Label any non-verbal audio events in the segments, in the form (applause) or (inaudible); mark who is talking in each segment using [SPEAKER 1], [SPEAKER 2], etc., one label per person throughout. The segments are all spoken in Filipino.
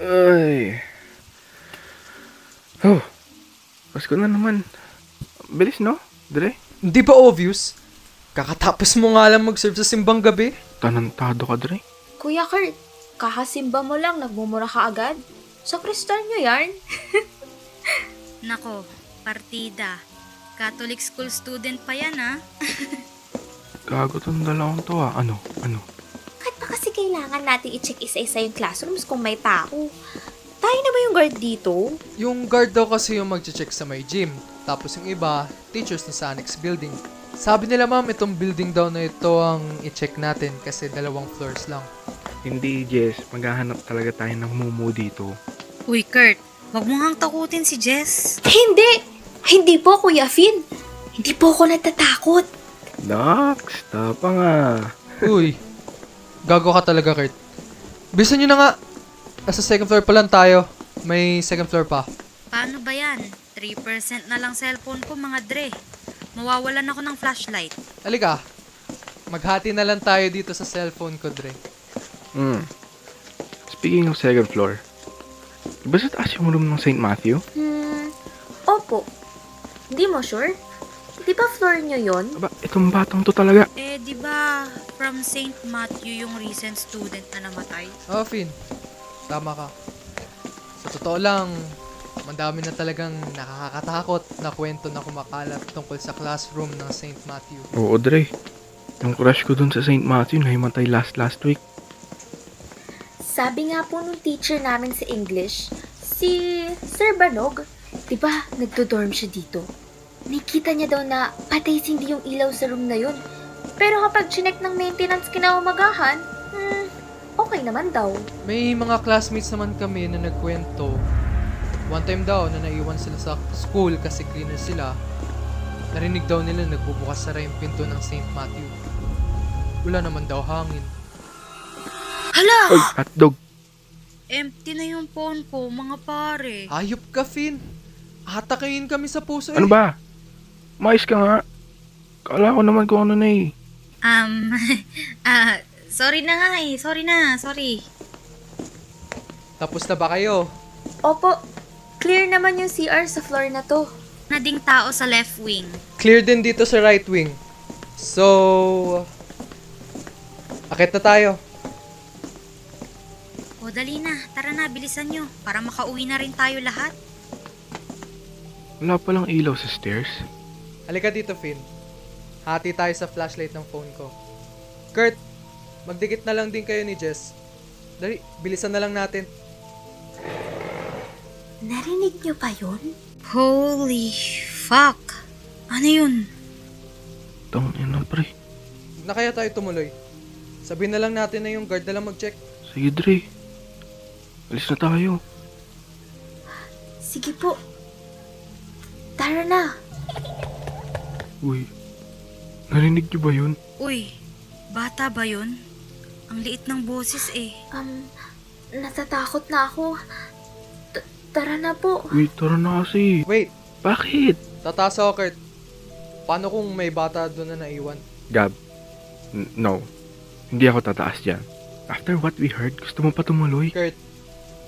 [SPEAKER 1] Ay. Oh. Pasko na naman. Bilis, no? Dre?
[SPEAKER 2] Hindi ba obvious? Kakatapos mo nga lang mag-serve sa simbang gabi.
[SPEAKER 1] Tanantado ka, Dre.
[SPEAKER 3] Kuya Kurt, kakasimba mo lang, nagmumura ka agad? Sa kristal nyo yarn?
[SPEAKER 4] Nako, partida. Catholic school student pa yan ah.
[SPEAKER 1] Gago tong dalawang to, ah. Ano? Ano?
[SPEAKER 3] Kahit pa kasi kailangan natin i-check isa-isa yung classrooms kung may tao. Tayo na ba yung guard dito?
[SPEAKER 2] Yung guard daw kasi yung magche-check sa may gym. Tapos yung iba, teachers na sa annex building. Sabi nila ma'am, itong building daw na ito ang i-check natin kasi dalawang floors lang.
[SPEAKER 1] Hindi, Jess. Maghahanap talaga tayo ng mumu dito.
[SPEAKER 4] Uy Kurt, wag mo ngang takutin si Jess.
[SPEAKER 3] Hindi! Hindi po, Kuya Finn! Hindi po ako natatakot.
[SPEAKER 1] Dax, tapa nga.
[SPEAKER 2] Uy, gago ka talaga Kurt. Bisa nyo na nga, nasa second floor pa lang tayo. May second floor pa.
[SPEAKER 4] Paano ba yan? 3% na lang cellphone ko mga dre. Mawawalan ako ng flashlight.
[SPEAKER 2] Halika, maghati na lang tayo dito sa cellphone ko, Dre.
[SPEAKER 1] Hmm. Speaking of second floor, ba sa taas yung room ng St. Matthew?
[SPEAKER 3] Hmm, opo. Hindi mo sure? Di ba floor nyo yon?
[SPEAKER 1] Aba, itong batang to talaga.
[SPEAKER 4] Eh, di ba from St. Matthew yung recent student na namatay?
[SPEAKER 2] Oh, Finn. Tama ka. Sa totoo lang, mandami na talagang nakakatakot na kwento na kumakalat tungkol sa classroom ng St. Matthew.
[SPEAKER 1] Oo, Dre. Yung crush ko dun sa St. Matthew nahimatay last last week.
[SPEAKER 3] Sabi nga po nung teacher namin sa English, si Sir Banog, di ba nagdo-dorm siya dito? Nakita niya daw na patay sindi yung ilaw sa room na yun. Pero kapag chinek ng maintenance kinaumagahan, hmm, okay naman daw.
[SPEAKER 2] May mga classmates naman kami na nagkwento. One time daw na naiwan sila sa school kasi cleaner sila, narinig daw nila nagbubukas sara yung pinto ng St. Matthew. Wala naman daw hangin.
[SPEAKER 4] Hala!
[SPEAKER 1] Oy, hotdog.
[SPEAKER 4] Empty na yung phone ko, mga pare.
[SPEAKER 2] Ayop ka, Finn! Atakayin kami sa puso eh.
[SPEAKER 1] Ano ba? Mais ka nga. Kala ko naman kung ano na eh.
[SPEAKER 4] Um, (laughs) ah, sorry na nga eh. Sorry na, sorry.
[SPEAKER 2] Tapos na ba kayo?
[SPEAKER 3] Opo, clear naman yung CR sa floor na to.
[SPEAKER 4] Nading tao sa left wing.
[SPEAKER 2] clear din dito sa right wing. So, akit na tayo.
[SPEAKER 4] O dali na, tara na, bilisan nyo. Para makauwi na rin tayo lahat.
[SPEAKER 1] Wala palang ilaw sa stairs.
[SPEAKER 2] Halika dito, Finn. Hati tayo sa flashlight ng phone ko. Kurt, magdikit na lang din kayo ni Jess. Dali, bilisan na lang natin.
[SPEAKER 3] Narinig niyo ba yun?
[SPEAKER 4] Holy fuck. Ano yun?
[SPEAKER 1] Tang ina, pre.
[SPEAKER 2] Huwag Na kaya tayo tumuloy. Sabihin na lang natin na yung guard na lang mag-check.
[SPEAKER 1] Sige, Dre. Alis na tayo.
[SPEAKER 3] Sige po. Tara na.
[SPEAKER 1] Uy, narinig niyo ba yun?
[SPEAKER 4] Uy, bata ba yun? Ang liit ng boses (gasps) eh.
[SPEAKER 3] Um, natatakot na ako. T- tara na po.
[SPEAKER 1] Uy, tara na kasi.
[SPEAKER 2] Wait,
[SPEAKER 1] Bakit?
[SPEAKER 2] tataas ako, Kurt. Paano kung may bata doon na naiwan?
[SPEAKER 1] Gab, n- no. Hindi ako tataas dyan. After what we heard, gusto mo pa tumuloy?
[SPEAKER 2] Kurt,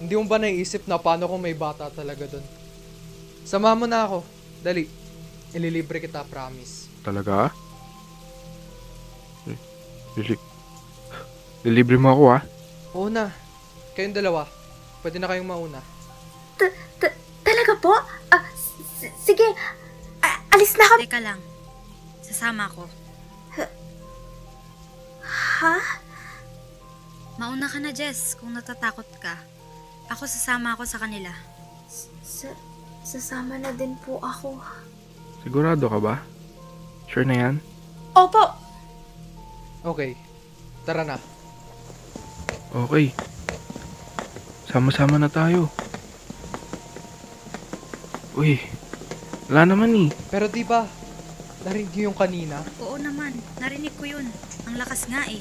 [SPEAKER 2] hindi mo ba naisip na paano kung may bata talaga doon? Sama mo na ako. Dali, ililibre kita, promise.
[SPEAKER 1] Talaga? Eh, Lili... Lilibre mo ako ah.
[SPEAKER 2] Oo na. Kayong dalawa. Pwede na kayong mauna.
[SPEAKER 3] T- t- talaga po? Ah, s- s- sige, A- alis na kami.
[SPEAKER 4] Teka lang. Sasama ko.
[SPEAKER 3] Ha?
[SPEAKER 4] Mauna ka na, Jess, kung natatakot ka. Ako sasama ako sa kanila.
[SPEAKER 3] S- sasama na din po ako.
[SPEAKER 1] Sigurado ka ba? Sure na yan?
[SPEAKER 3] Opo!
[SPEAKER 2] Okay. Tara na.
[SPEAKER 1] Okay. Sama-sama na tayo. Uy, wala naman eh.
[SPEAKER 2] Pero di ba, narinig niyo yung kanina?
[SPEAKER 4] Oo naman, narinig ko yun. Ang lakas nga eh.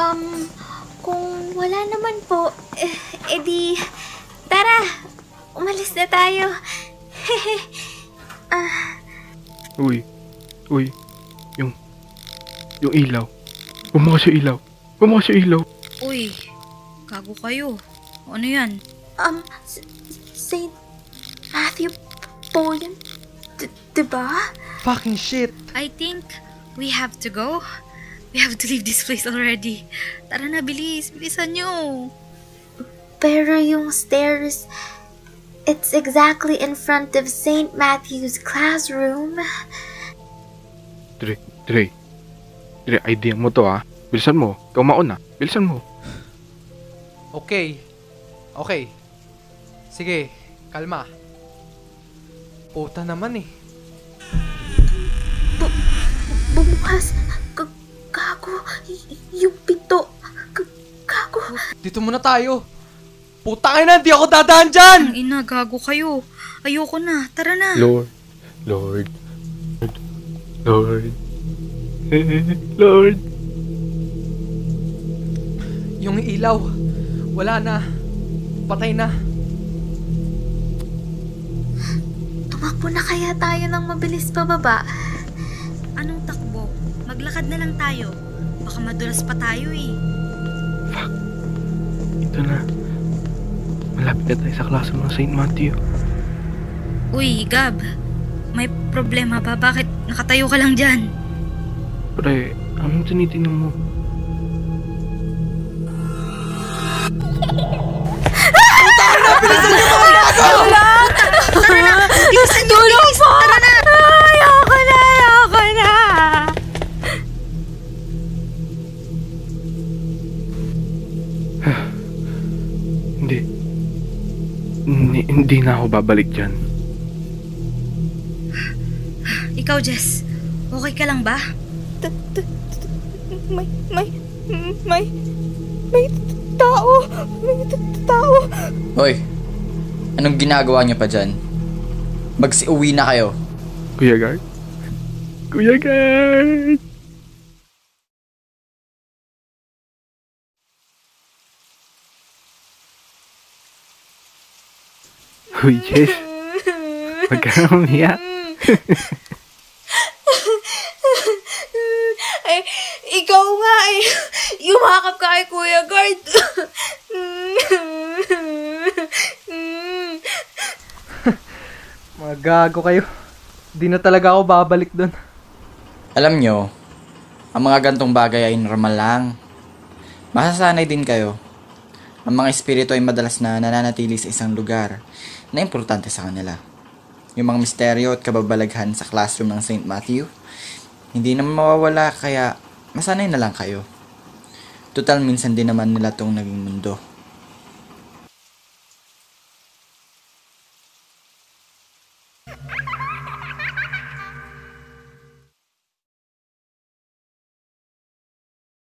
[SPEAKER 3] Um, kung wala naman po, eh, edi, tara, umalis na tayo.
[SPEAKER 1] Uy, uy, yung, yung ilaw. Bumukas yung ilaw. Bumukas yung ilaw.
[SPEAKER 4] Uy, gago kayo. Ano yan?
[SPEAKER 3] Um, S- St. Matthew Poland? D- diba?
[SPEAKER 2] Fucking shit!
[SPEAKER 4] I think we have to go. We have to leave this place already. Tara na, bilis. Bilisan nyo. (clears throat)
[SPEAKER 3] Pero yung stairs, it's exactly in front of St. Matthew's classroom.
[SPEAKER 1] Dre, Dre. Dre, idea mo to ah. Bilisan mo. Ikaw mauna. Bilisan mo.
[SPEAKER 2] Okay. Okay. Sige, kalma. Puta naman eh.
[SPEAKER 3] Bumukas, K- kago, y- yung pinto, K- kago.
[SPEAKER 2] Dito muna tayo. Putang ina, di ako dadaan dyan!
[SPEAKER 4] Ang ina, gago kayo. Ayoko na. Tara na.
[SPEAKER 1] Lord. Lord. Lord. (laughs) Lord.
[SPEAKER 2] Yung ilaw, wala na. Patay na.
[SPEAKER 3] Tumakbo na kaya tayo ng mabilis pababa.
[SPEAKER 4] Anong takbo? Maglakad na lang tayo. Baka madulas pa tayo eh.
[SPEAKER 1] Ito na. Malapit na tayo sa klase ng St. Matthew.
[SPEAKER 4] Uy, Gab. May problema ba? Bakit nakatayo ka lang dyan?
[SPEAKER 1] Pre, anong tinitingnan mo?
[SPEAKER 4] (laughs) Tulong po! Tara na! Ayoko na! Ayoko na!
[SPEAKER 1] Hindi. Hindi, hindi na ako babalik dyan.
[SPEAKER 4] Ikaw, Jess. Okay ka lang ba?
[SPEAKER 5] may, may, may, may tao, may tao.
[SPEAKER 6] Hoy, anong ginagawa niyo pa dyan? Magsiuwi na kayo.
[SPEAKER 1] Kuya Guard? Kuya Guard! Uy, Jess. Huwag ka na umiyak.
[SPEAKER 5] Ay, ikaw nga eh. Yumakap ka kay Kuya Guard.
[SPEAKER 3] (laughs)
[SPEAKER 2] Mga gago kayo. Di na talaga ako babalik doon.
[SPEAKER 6] Alam niyo, ang mga gantong bagay ay normal lang. Masasanay din kayo. Ang mga espiritu ay madalas na nananatili sa isang lugar na importante sa kanila. Yung mga misteryo at kababalaghan sa classroom ng St. Matthew, hindi naman mawawala kaya masanay na lang kayo. Total minsan din naman nila tong naging mundo.